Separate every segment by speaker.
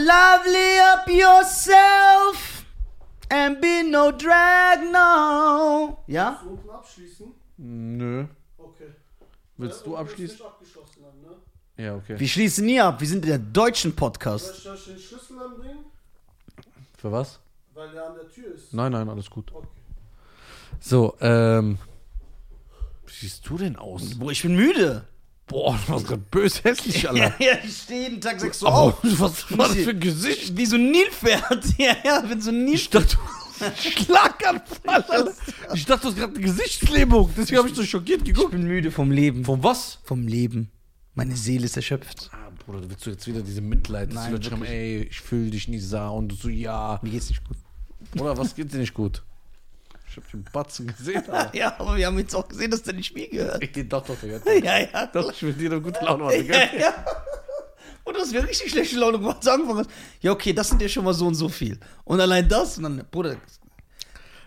Speaker 1: lively up yourself and be no drag now. Ja?
Speaker 2: Unten abschließen?
Speaker 3: Nö.
Speaker 2: Okay.
Speaker 3: Willst du abschließen?
Speaker 2: Ich abgeschlossen haben, ne?
Speaker 3: Ja, okay.
Speaker 1: Wir schließen nie ab. Wir sind der deutschen Podcast.
Speaker 2: Soll ich den Schlüssel anbringen?
Speaker 3: Für was?
Speaker 2: Weil der an der Tür ist.
Speaker 3: Nein, nein, alles gut.
Speaker 2: Okay.
Speaker 3: So, ähm. Wie siehst du denn aus?
Speaker 1: Boah, ich bin müde.
Speaker 3: Boah, du warst gerade bös hässlich,
Speaker 1: Ja,
Speaker 3: Alter.
Speaker 1: ja, ich stehe jeden Tag sechs Uhr
Speaker 3: Oh,
Speaker 1: auf.
Speaker 3: was war das für ein Gesicht?
Speaker 1: Wie so ein Nilpferd. Ja, ja, bin so ein
Speaker 3: Ich
Speaker 1: Nilpferd.
Speaker 3: dachte, du hast einen Schlaganfall, Alter. Ich dachte, du hast gerade eine Gesichtslähmung. Deswegen habe ich so schockiert
Speaker 1: Ich
Speaker 3: geguckt.
Speaker 1: bin müde vom Leben.
Speaker 3: Von was?
Speaker 1: Vom Leben. Meine Seele ist erschöpft.
Speaker 3: Ah, Bruder, willst du jetzt wieder diese Mitleid, dass
Speaker 1: Nein,
Speaker 3: die Leute schreiben,
Speaker 1: wirklich.
Speaker 3: ey, ich fühle dich, Nisa, und du so, ja.
Speaker 1: Mir geht's nicht gut.
Speaker 3: Bruder, was geht dir nicht gut? Ich hab den Batzen gesehen, aber
Speaker 1: Ja, aber wir haben jetzt auch gesehen, dass der nicht mir gehört.
Speaker 3: ich den doch doch jetzt.
Speaker 1: Ja, ja.
Speaker 3: Doch, ich will dir eine gute Laune machen,
Speaker 1: ja,
Speaker 3: gell?
Speaker 1: ja. Und das wäre richtig schlechte Laune gemacht. Sagen wir mal, ja, okay, das sind ja schon mal so und so viel. Und allein das, und dann, Bruder,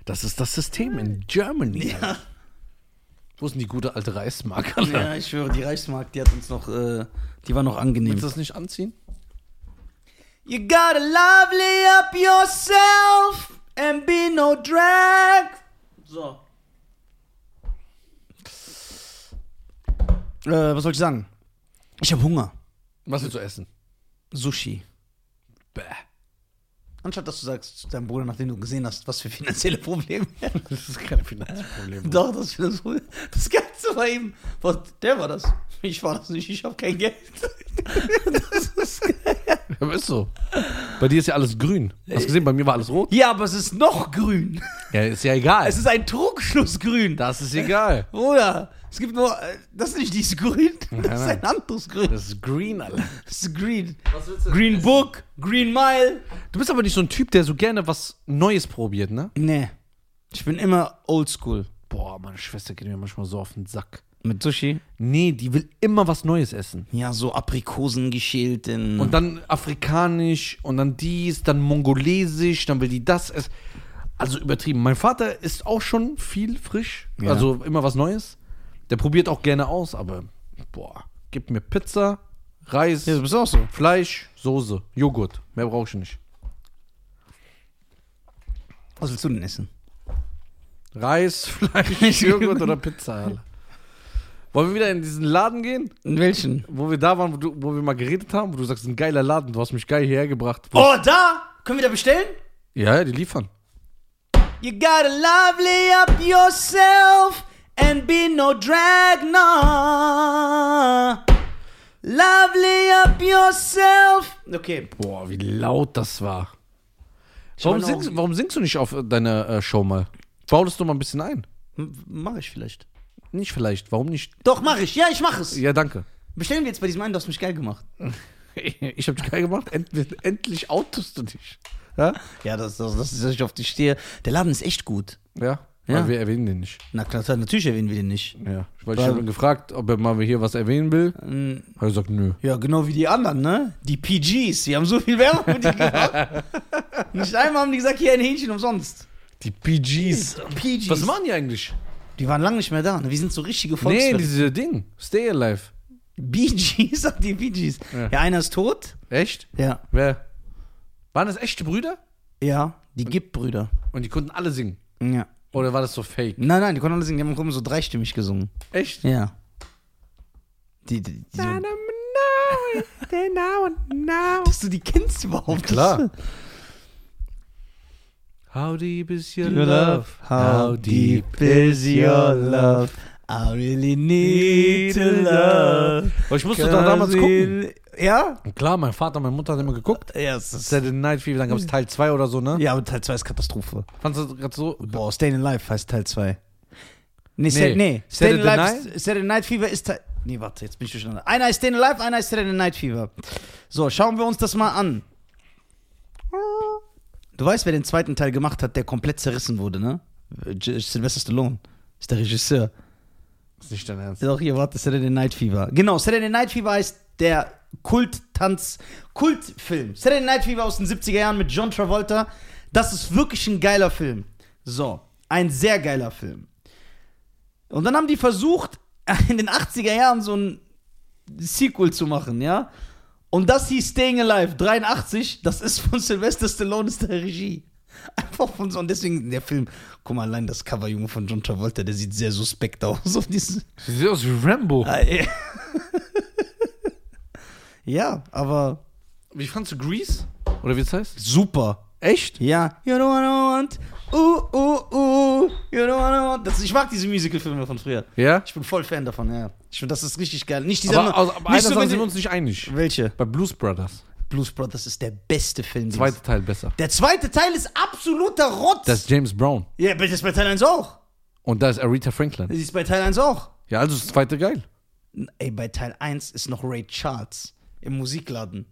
Speaker 3: Das ist das System in Germany. Alter. Wo ist denn die gute alte Reismark, Alter?
Speaker 1: ja, ich schwöre, die Reichsmark, die hat uns noch, äh, die war noch angenehm.
Speaker 3: Willst du das nicht anziehen?
Speaker 1: You gotta lovely up yourself and be no drag. So. Äh, was soll ich sagen? Ich habe Hunger.
Speaker 3: Was willst du essen?
Speaker 1: Sushi.
Speaker 3: Bäh.
Speaker 1: Anstatt dass du sagst zu deinem Bruder, nachdem du gesehen hast, was für finanzielle Probleme er hat.
Speaker 3: Das ist kein Finanzproblem.
Speaker 1: Doch, das für das, das Ganze war eben. Was, der war das. Ich war das nicht, ich habe kein Geld. Das ist geil.
Speaker 3: Ja, ist so. Bei dir ist ja alles grün. Hast du gesehen, bei mir war alles rot.
Speaker 1: Ja, aber es ist noch grün.
Speaker 3: Ja, ist ja egal.
Speaker 1: Es ist ein Trugschlussgrün.
Speaker 3: das ist egal.
Speaker 1: Bruder, Oh es gibt nur. äh, Das ist nicht dieses Grün, das ist
Speaker 3: nein.
Speaker 1: ein anderes Grün.
Speaker 3: Das ist green, Alter.
Speaker 1: Das ist Green.
Speaker 2: Was willst du?
Speaker 1: Green Book, Green Mile.
Speaker 3: Du bist aber nicht so ein Typ, der so gerne was Neues probiert, ne?
Speaker 1: Nee, ich bin immer oldschool.
Speaker 3: Boah, meine Schwester geht mir manchmal so auf den Sack.
Speaker 1: Mit Sushi?
Speaker 3: Nee, die will immer was Neues essen.
Speaker 1: Ja, so Aprikosen geschält in.
Speaker 3: Und dann afrikanisch und dann dies, dann mongolesisch, dann will die das essen. Also übertrieben. Mein Vater isst auch schon viel frisch,
Speaker 1: Ja.
Speaker 3: also immer was Neues. Der probiert auch gerne aus, aber boah, gib mir Pizza, Reis,
Speaker 1: bist du auch so.
Speaker 3: Fleisch, Soße, Joghurt. Mehr brauche ich nicht.
Speaker 1: Was willst du denn essen?
Speaker 3: Reis, Fleisch, Joghurt oder Pizza. Alter. Wollen wir wieder in diesen Laden gehen?
Speaker 1: In welchen?
Speaker 3: wo wir da waren, wo, du, wo wir mal geredet haben, wo du sagst, ein geiler Laden, du hast mich geil hierher gebracht. Wo-
Speaker 1: Oh, da! Können wir da bestellen?
Speaker 3: Ja, ja, die liefern.
Speaker 1: You gotta lovely up yourself and be no drag, nah. Lovely up yourself. Okay.
Speaker 3: Boah, wie laut das war. Warum
Speaker 1: meine
Speaker 3: singst,
Speaker 1: Augen-
Speaker 3: warum singst du nicht auf äh, deine äh, Show mal? Baulest du mal ein bisschen ein?
Speaker 1: Mache ich vielleicht.
Speaker 3: Nicht vielleicht, warum nicht?
Speaker 1: Doch, mache ich. Ja, ich mache es.
Speaker 3: Ja, danke.
Speaker 1: Bestellen wir jetzt bei diesem einen, du hast mich geil gemacht.
Speaker 3: Ich hab dich geil gemacht, End, endlich outest du dich. Ja?
Speaker 1: Ja, das, das, das ist, dass ich auf dich stehe. Der Laden ist echt gut.
Speaker 3: Ja,
Speaker 1: Ja.
Speaker 3: weil wir erwähnen den nicht.
Speaker 1: Na klar, natürlich erwähnen wir den nicht.
Speaker 3: Ja. Weil ich habe ihn gefragt, ob er mal hier was erwähnen will. Hat er gesagt, nö.
Speaker 1: Mm, Ja, genau wie die anderen, ne? Die PGs, wir haben so viel Werbung für die gemacht. nicht einmal haben die gesagt, hier ein Hähnchen umsonst.
Speaker 3: Die PGs.
Speaker 1: PGs.
Speaker 3: Was machen die eigentlich?
Speaker 1: Die waren lange nicht mehr da. Ne? Wir sind so richtige
Speaker 3: Nee,
Speaker 1: Volkswirte.
Speaker 3: diese Ding. Stay Alive.
Speaker 1: Bee Gees und die Bee Gees. Ja.
Speaker 3: Ja.
Speaker 1: einer ist tot.
Speaker 3: Echt?
Speaker 1: Ja.
Speaker 3: Wer? Waren das echte Brüder?
Speaker 1: Ja, die Gip-Brüder.
Speaker 3: Und die konnten alle singen.
Speaker 1: Ja.
Speaker 3: Oder war das so fake?
Speaker 1: Nein, nein, die konnten alle singen, die haben rum so dreistimmig gesungen.
Speaker 3: Echt?
Speaker 1: Ja. Die, die, die, so, dass du die kennst überhaupt.
Speaker 3: Klar. How deep is your
Speaker 1: Your
Speaker 3: love?
Speaker 1: love, how deep is your love? I really need to love.
Speaker 3: Aber Oh, ich musste doch damals gucken.
Speaker 1: Ja?
Speaker 3: Klar, mein Vater, meine Mutter haben immer geguckt.
Speaker 1: Ja, es ist,
Speaker 3: Saturday Night Fever, dann gab
Speaker 1: Hm.
Speaker 3: es Teil 2 oder so, ne?
Speaker 1: ja, aber Teil 2 ist Katastrophe.
Speaker 3: Fandst du das gerade so?
Speaker 1: Boah, Staying Alive heißt Teil 2. Nee, nee. nee. Staying
Speaker 3: Saturday
Speaker 1: Alive, Saturday Night Fever ist Teil... Nee, warte, jetzt bin ich durcheinander. Einer ist Staying Alive, einer ist Saturday Night Fever. So, schauen wir uns das mal an. Du weißt, wer den zweiten Teil gemacht hat, der komplett zerrissen wurde, ne? J- Sylvester Stallone ist der Regisseur.
Speaker 3: Ist nicht dein Ernst.
Speaker 1: Doch, hier, warte, Saturday Night Fever. Genau, Saturday Night Fever heißt der Kult-Tanz, Kultfilm. Saturday Night Fever aus den 70er Jahren mit John Travolta. Das ist wirklich ein geiler Film. So, ein sehr geiler Film. Und dann haben die versucht, in den 80er Jahren so ein Sequel zu machen, ja? Und das hieß Staying Alive 83, das ist von Sylvester Stallone, ist der Regie. Einfach von so, und deswegen der Film, guck mal, allein das Cover, Junge, von John Travolta, der sieht sehr suspekt aus. Auf diesen,
Speaker 3: Sie sieht aus wie Rambo.
Speaker 1: ja, aber
Speaker 3: Wie fandst du Grease? Oder wie es heißt?
Speaker 1: super.
Speaker 3: Echt?
Speaker 1: Ja, you don't wanna want, uh, uh, uh, you don't wanna want. Das, ich mag diese Musical-Filme von früher.
Speaker 3: Ja?
Speaker 1: Ich bin voll Fan davon, ja. Ich finde, das ist richtig geil. Nicht dieser,
Speaker 3: Aber, aus- aber
Speaker 1: nicht
Speaker 3: einer
Speaker 1: so,
Speaker 3: Sache
Speaker 1: wenn
Speaker 3: sind
Speaker 1: die-
Speaker 3: wir uns nicht einig.
Speaker 1: welche?
Speaker 3: Bei Blues Brothers.
Speaker 1: Blues Brothers ist der beste Film. den
Speaker 3: Zweiter Teil besser.
Speaker 1: es- Der zweite Teil ist absoluter Rotz.
Speaker 3: Das ist James Brown.
Speaker 1: ja, aber das ist bei Teil 1 auch.
Speaker 3: Und da ist Aretha Franklin.
Speaker 1: Das ist bei Teil 1 auch.
Speaker 3: Ja, also ist das zweite geil.
Speaker 1: Ey, bei Teil 1 ist noch Ray Charles im Musikladen.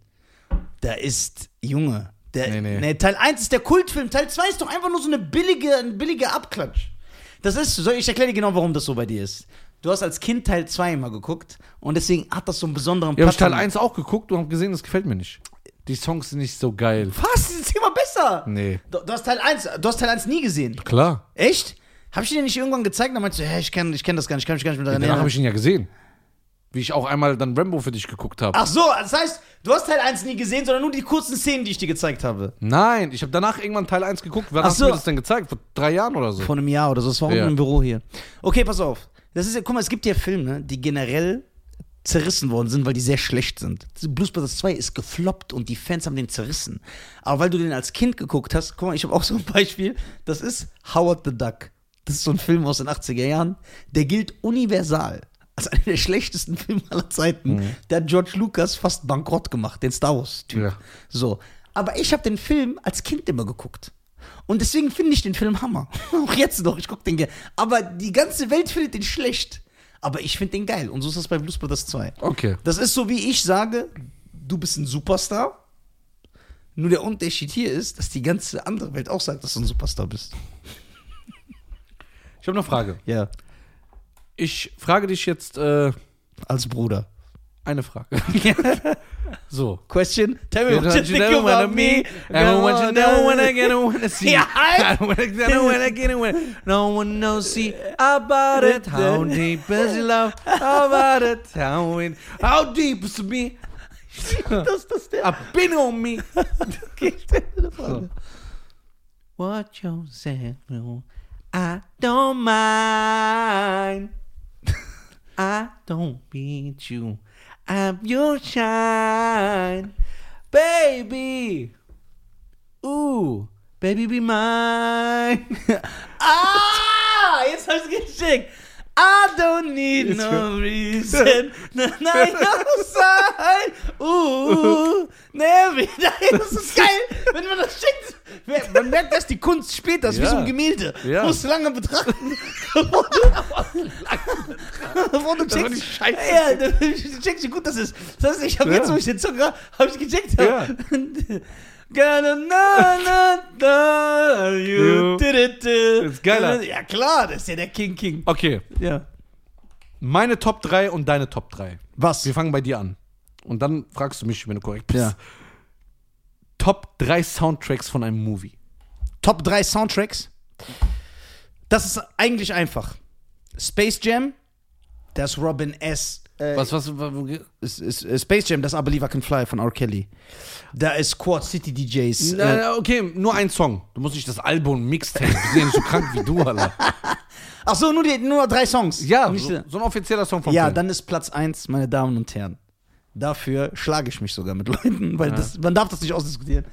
Speaker 1: Da ist, Junge, der,
Speaker 3: Nee,
Speaker 1: nee,
Speaker 3: nee.
Speaker 1: Teil 1 ist der Kultfilm, Teil 2 ist doch einfach nur so eine billige, ein billiger Abklatsch. Das ist, soll ich erkläre dir genau, warum das so bei dir ist. Du hast als Kind Teil 2 immer geguckt und deswegen hat das so einen besonderen
Speaker 3: Wir haben Teil
Speaker 1: an-
Speaker 3: 1 auch geguckt und haben gesehen, das gefällt mir nicht. Die Songs sind nicht so geil.
Speaker 1: Was? Das ist immer besser.
Speaker 3: Nee.
Speaker 1: Du, du hast Teil 1, du hast Teil 1 nie gesehen.
Speaker 3: Klar.
Speaker 1: Echt? Hab ich dir nicht irgendwann gezeigt? Dann meinst du, hä, ich kenne ich kenn das gar nicht, ich kann mich gar nicht mehr daran
Speaker 3: Danach
Speaker 1: erinnern.
Speaker 3: habe ich ihn ja gesehen. Wie ich auch einmal dann Rambo für dich geguckt habe.
Speaker 1: Ach so, das heißt, du hast Teil 1 nie gesehen, sondern nur die kurzen Szenen, die ich dir gezeigt habe.
Speaker 3: Nein, ich habe danach irgendwann Teil 1 geguckt. Wann
Speaker 1: Ach
Speaker 3: hast
Speaker 1: so.
Speaker 3: du mir das denn gezeigt? Vor drei Jahren oder so?
Speaker 1: Vor einem Jahr oder so. Das war unten
Speaker 3: Hm. Ja.
Speaker 1: im Büro hier. Okay, pass auf. Das ist ja, guck mal, es gibt ja Filme, die generell zerrissen worden sind, weil die sehr schlecht sind. Blues Brothers 2 ist gefloppt und die Fans haben den zerrissen. Aber weil du den als Kind geguckt hast, guck mal, ich habe auch so ein Beispiel, das ist Howard the Duck. Das ist so ein Film aus den 80er Jahren, der gilt universal als einer der schlechtesten Filme aller Zeiten.
Speaker 3: Mhm.
Speaker 1: Der hat George Lucas fast bankrott gemacht, den Star Wars-Typ.
Speaker 3: Ja.
Speaker 1: So. Aber ich habe den Film als Kind immer geguckt. Und deswegen finde ich den Film Hammer. Auch jetzt noch, ich gucke den gerne. Aber die ganze Welt findet den schlecht. Aber ich finde den geil. Und so ist das bei Blues Brothers 2.
Speaker 3: Okay.
Speaker 1: Das ist so, wie ich sage, du bist ein Superstar. Nur der Unterschied hier ist, dass die ganze andere Welt auch sagt, dass du ein Superstar bist.
Speaker 3: Ich habe eine Frage.
Speaker 1: Ja,
Speaker 3: Ich frage dich jetzt äh,
Speaker 1: als Bruder.
Speaker 3: eine Frage. so.
Speaker 1: Question? Tell me
Speaker 3: You
Speaker 1: what you
Speaker 3: don't you
Speaker 1: think
Speaker 3: know what I
Speaker 1: about
Speaker 3: mean?
Speaker 1: me.
Speaker 3: I don't want you know when I get I wanna see.
Speaker 1: Ja, halt!
Speaker 3: I don't wanna- I don't wanna get I wanna- No one knows see about it. How deep is your love? About it. How it. How deep is me?
Speaker 1: Das, das der.
Speaker 3: I've been on me.
Speaker 1: Okay, stell mir eine Frage.
Speaker 3: What you say? No, I don't mind. I don't beat you. I'm your shine, baby. Ooh, baby, be mine.
Speaker 1: Ah, jetzt hab's gecheckt. I don't need no reason. Nein, outside. Uh, never. Nein, das ist geil. Wenn man das schickt, man merkt, dass die Kunst später ist, wie
Speaker 3: Ja.
Speaker 1: so ein Gemälde.
Speaker 3: Ja.
Speaker 1: Musst du lange betrachten. Bevor du
Speaker 3: war
Speaker 1: checkst.
Speaker 3: die Scheiße.
Speaker 1: Ja, du checkst, wie gut das ist. Das heißt, ich habe
Speaker 3: Ja.
Speaker 1: jetzt, wo ich den Zucker habe, ich gecheckt. Hab.
Speaker 3: Ja.
Speaker 1: Gonna na na na you
Speaker 3: Ja.
Speaker 1: did it. äh.
Speaker 3: Ist geiler.
Speaker 1: Ja klar, das ist ja der King King.
Speaker 3: Okay,
Speaker 1: Ja.
Speaker 3: meine Top 3 und deine Top 3.
Speaker 1: Was?
Speaker 3: Wir fangen bei dir an. Und dann fragst du mich, wenn du korrekt bist.
Speaker 1: Ja.
Speaker 3: Top 3 Soundtracks von einem Movie.
Speaker 1: Top 3 Soundtracks. Das ist eigentlich einfach. Space Jam, das Robin S. Äh,
Speaker 3: Was, was, was
Speaker 1: Ist, ist, äh, Space Jam, das I Believe I Can Fly von R. Kelly. Da ist Quad City DJs.
Speaker 3: Na,
Speaker 1: äh,
Speaker 3: na, okay, nur ein Song. Du musst nicht das Album Mixtape. Wir sind ja nicht so krank wie du, Alter.
Speaker 1: Ach so, nur, die, nur drei Songs.
Speaker 3: Ja,
Speaker 1: Nicht,
Speaker 3: so, so ein offizieller Song vom
Speaker 1: ja
Speaker 3: Film.
Speaker 1: dann ist Platz 1, meine Damen und Herren. Dafür schlage ich mich sogar mit Leuten, weil das, man darf das nicht ausdiskutieren.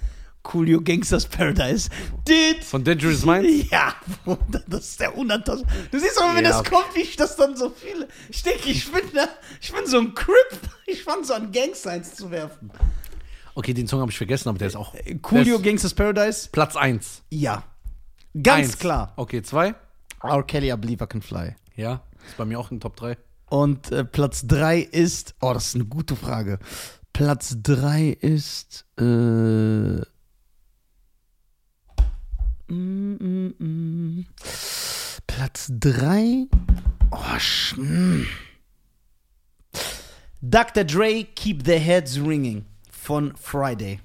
Speaker 1: Coolio Gangsters Paradise. Did
Speaker 3: Von Dangerous Minds?
Speaker 1: Ja, Bruder, das ist der unantastbar. Du siehst aber, wenn
Speaker 3: Ja.
Speaker 1: das kommt, wie ich das dann so viele. Ich denke, ich bin, da, ich bin so ein Crip. Ich fand so an Gangsigns zu werfen.
Speaker 3: Okay, den Song habe ich vergessen, aber der ist auch.
Speaker 1: Coolio
Speaker 3: der ist
Speaker 1: Gangsters Paradise?
Speaker 3: Platz 1.
Speaker 1: Ja. Ganz
Speaker 3: Eins.
Speaker 1: klar.
Speaker 3: Okay, 2.
Speaker 1: R. Kelly, I believe I can fly.
Speaker 3: Ja, ist bei mir auch in Top 3.
Speaker 1: Und äh, Platz 3 ist. Oh, das ist eine gute Frage. Platz 3 ist. Äh, mm, mm, mm. Platz 3. Oh, sch, mm. Dr. Dre, Keep the Heads Ringing von Friday.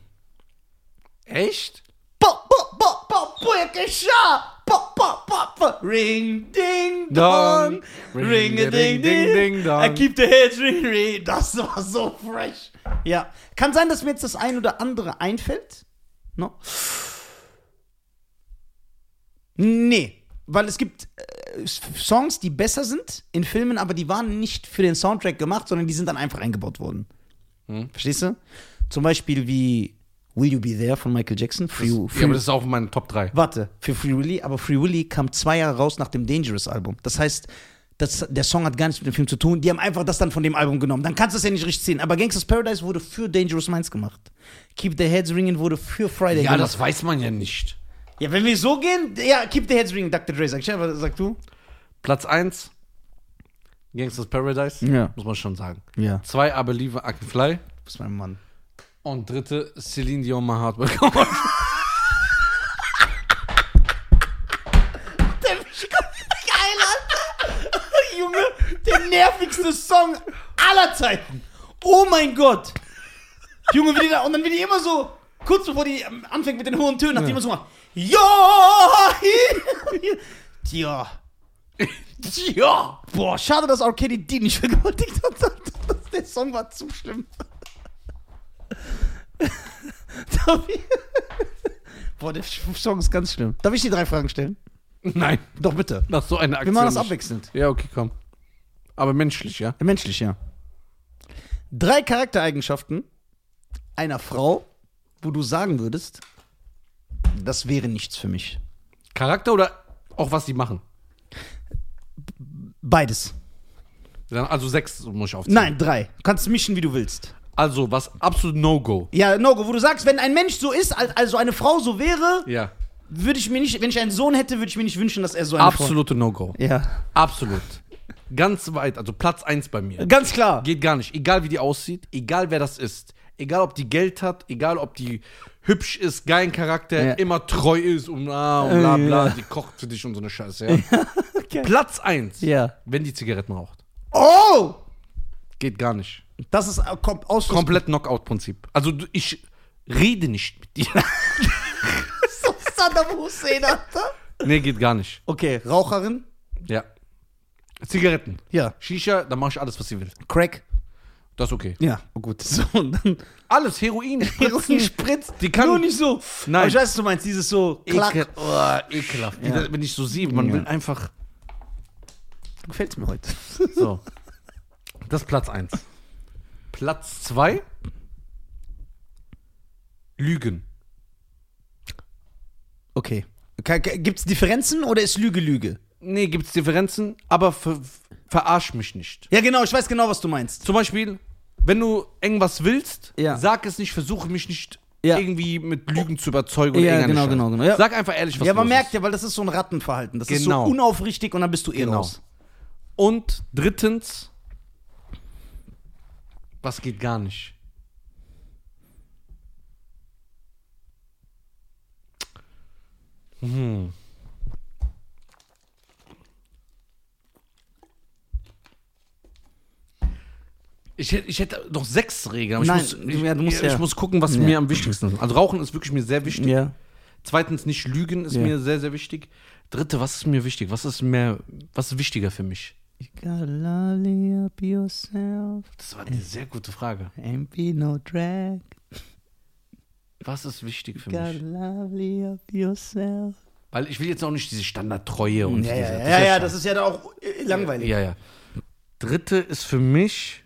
Speaker 3: Echt?
Speaker 1: Bo, bo, bo, bo, bo, bo, pop, pop, pop, pop. Ring, ding, dong.
Speaker 3: Dong.
Speaker 1: Ring, a ding, ding, ding, dong. I keep the heads ring, ring. Das war so fresh. Ja. Kann sein, dass mir jetzt das ein oder andere einfällt. No? Nee. Weil es gibt äh, S- Songs, die besser sind in Filmen, aber die waren nicht für den Soundtrack gemacht, sondern die sind dann einfach eingebaut worden.
Speaker 3: Hm.
Speaker 1: Verstehst du? Zum Beispiel wie Will You Be There von Michael Jackson. Free,
Speaker 3: Ja, aber das ist auch in meinen Top 3.
Speaker 1: Warte, für Free Willy, aber Free Willy kam zwei Jahre raus nach dem Dangerous Album. Das heißt, das, der Song hat gar nichts mit dem Film zu tun. Die haben einfach das dann von dem Album genommen. Dann kannst du es ja nicht richtig sehen. Aber Gangsters Paradise wurde für Dangerous Minds gemacht. Keep the Heads Ringing wurde für Friday
Speaker 3: Ja,
Speaker 1: gemacht.
Speaker 3: das weiß man ja nicht.
Speaker 1: ja, wenn wir so gehen, ja, Keep the Heads Ringing, Dr. Dre, sag ich, aber sag du?
Speaker 3: Platz 1, Gangsters Paradise.
Speaker 1: Ja.
Speaker 3: Muss man schon sagen.
Speaker 1: Ja.
Speaker 3: 2, I Believe I Can Fly.
Speaker 1: Das ist mein Mann.
Speaker 3: Und dritte, Celine Dion, My Heart Will Go On.
Speaker 1: Der ist geil, Alter. Junge, der nervigste Song aller Zeiten. Oh mein Gott. Junge, wie die da, und dann wird die immer so, kurz bevor die ähm, anfängt mit den hohen Tönen, hat die immer so mal, ja, tja, ja. Boah, schade, dass R. Kelly die nicht vergewaltigt hat. Das- Der Song war zu schlimm. Darf ich- Boah, der Song ist ganz schlimm. Darf ich die drei Fragen stellen?
Speaker 3: Nein,
Speaker 1: Doch bitte.
Speaker 3: nach so einer
Speaker 1: Wir
Speaker 3: Aktion.
Speaker 1: machen das
Speaker 3: nicht.
Speaker 1: abwechselnd.
Speaker 3: Ja, okay, komm. Aber menschlich, ja?
Speaker 1: Menschlich, ja. Drei Charaktereigenschaften einer Frau, wo du sagen würdest, das wäre nichts für mich.
Speaker 3: Charakter oder auch was die machen?
Speaker 1: Beides.
Speaker 3: Dann- Also sechs muss ich aufzählen.
Speaker 1: Nein, drei. Du kannst mischen, wie du willst.
Speaker 3: Also, was absolut No-Go.
Speaker 1: Ja, Nogo, wo du sagst, wenn ein Mensch so ist, al- also eine Frau so wäre,
Speaker 3: Ja.
Speaker 1: würde ich mir nicht, wenn ich einen Sohn hätte, würde ich mir nicht wünschen, dass er so eine
Speaker 3: Absolute No-Go.
Speaker 1: Frau... Ja.
Speaker 3: Absolut. Ganz weit, also Platz 1 bei mir.
Speaker 1: Ganz klar.
Speaker 3: Geht gar nicht. Egal wie die aussieht, egal wer das ist. Egal ob die Geld hat, egal ob die hübsch ist, geilen Charakter,
Speaker 1: Ja. Äh,
Speaker 3: immer treu ist und bla und bla
Speaker 1: Ja.
Speaker 3: bla, die kocht für dich und so eine Scheiße. Ja?
Speaker 1: Okay.
Speaker 3: Platz 1,
Speaker 1: Ja.
Speaker 3: wenn die Zigaretten raucht.
Speaker 1: Oh!
Speaker 3: Geht gar nicht.
Speaker 1: Das ist äh, kommt aus.
Speaker 3: Komplett Knockout-Prinzip. Also du- ich rede nicht mit dir.
Speaker 1: So Saddam Hussein, Alter.
Speaker 3: nee, geht gar nicht.
Speaker 1: Okay, Raucherin?
Speaker 3: Ja. Zigaretten.
Speaker 1: Ja.
Speaker 3: Shisha, dann mach ich alles, was sie will.
Speaker 1: Crack?
Speaker 3: Das ist okay.
Speaker 1: Ja. Oh, gut. So, und dann...
Speaker 3: Alles, Heroin, Spritzen.
Speaker 1: Heroin spritzt.
Speaker 3: Die kann-
Speaker 1: Nur nicht so.
Speaker 3: Nein.
Speaker 1: Aber ich weiß, was du meinst. Dieses so.
Speaker 3: Ekel,
Speaker 1: Klack.
Speaker 3: oh, ekelhaft. Wie
Speaker 1: Ja.
Speaker 3: das- Wenn ich so sehe, man
Speaker 1: Ja.
Speaker 3: will einfach.
Speaker 1: Gefällt mir heute.
Speaker 3: So. Das ist Platz 1. Platz 2. Lügen.
Speaker 1: Okay. Gibt es Differenzen oder ist Lüge Lüge?
Speaker 3: Nee, gibt's Differenzen, aber ver verarsch mich nicht.
Speaker 1: Ja, genau. Ich weiß genau, was du meinst.
Speaker 3: Zum Beispiel, wenn du irgendwas willst,
Speaker 1: Ja.
Speaker 3: sag es nicht, versuche mich nicht
Speaker 1: Ja.
Speaker 3: irgendwie mit Lügen zu überzeugen. oder
Speaker 1: Ja,
Speaker 3: irgendeine
Speaker 1: genau,
Speaker 3: Scheiße.
Speaker 1: genau, genau. Ja.
Speaker 3: Sag einfach ehrlich, was
Speaker 1: ja, man
Speaker 3: los
Speaker 1: merkt
Speaker 3: ist.
Speaker 1: ja, weil das ist so ein Rattenverhalten. Das ist so
Speaker 3: Genau.
Speaker 1: unaufrichtig und dann bist du eh
Speaker 3: Genau.
Speaker 1: raus.
Speaker 3: Und drittens, was geht gar nicht? Mhm. Hm. Ich hätte, ich hätte noch sechs Regeln. Aber
Speaker 1: Nein,
Speaker 3: ich,
Speaker 1: du-
Speaker 3: muss, ich,
Speaker 1: ja, du musst
Speaker 3: ich
Speaker 1: ja.
Speaker 3: muss gucken, was
Speaker 1: Ja.
Speaker 3: mir am wichtigsten ist. Also Rauchen ist wirklich mir sehr wichtig.
Speaker 1: Ja.
Speaker 3: Zweitens, nicht lügen ist
Speaker 1: Ja.
Speaker 3: mir sehr, sehr wichtig. Dritte, was ist mir wichtig? Was ist mehr, was ist wichtiger für mich?
Speaker 1: You gotta lolly up yourself
Speaker 3: Das war eine sehr gute Frage.
Speaker 1: and be no drag.
Speaker 3: Was ist wichtig für
Speaker 1: You gotta
Speaker 3: mich?
Speaker 1: lolly up yourself.
Speaker 3: Weil ich will jetzt auch nicht diese Standardtreue und
Speaker 1: Ja, ja,
Speaker 3: diese,
Speaker 1: ja,
Speaker 3: das
Speaker 1: ja,
Speaker 3: scheiße.
Speaker 1: das ist ja da auch äh, langweilig.
Speaker 3: ja, ja. Dritte ist für mich.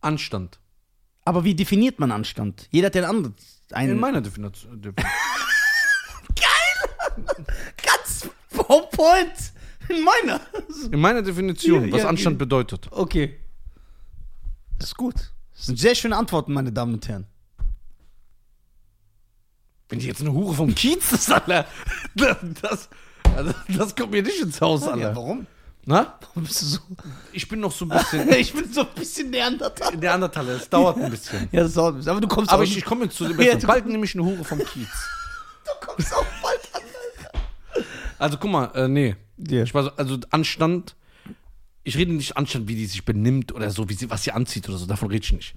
Speaker 3: Anstand.
Speaker 1: Aber wie definiert man Anstand? Jeder hat ja einen anderen.
Speaker 3: In
Speaker 1: Einen
Speaker 3: meiner Definition.
Speaker 1: ganz on point. In meiner.
Speaker 3: In meiner Definition,
Speaker 1: Ja,
Speaker 3: was
Speaker 1: ja,
Speaker 3: Anstand bedeutet.
Speaker 1: Okay. Ist gut. Das sind sehr schöne Antworten, meine Damen und Herren.
Speaker 3: Wenn die jetzt eine Hure vom Kiez ist, Alter, das, also, das kommt mir nicht ins Haus, Alter.
Speaker 1: warum?
Speaker 3: Na?
Speaker 1: Warum bist du so?
Speaker 3: Ich bin noch so ein bisschen.
Speaker 1: Ich bin so ein bisschen Neandertaler.
Speaker 3: der Andertaler, es dauert ein bisschen.
Speaker 1: Ja, das dauert ein bisschen. Aber du kommst
Speaker 3: Aber
Speaker 1: auch
Speaker 3: ich, ich komme jetzt zu dem
Speaker 1: Ja,
Speaker 3: Besten.
Speaker 1: du-
Speaker 3: Bald nehme ich eine Hure vom Kiez.
Speaker 1: Du kommst auch bald an.
Speaker 3: Also guck mal, äh, nee.
Speaker 1: Ja.
Speaker 3: Ich war so, also Anstand. Ich rede nicht Anstand, wie die sich benimmt oder so, wie sie, was sie anzieht oder so. Davon rede ich nicht.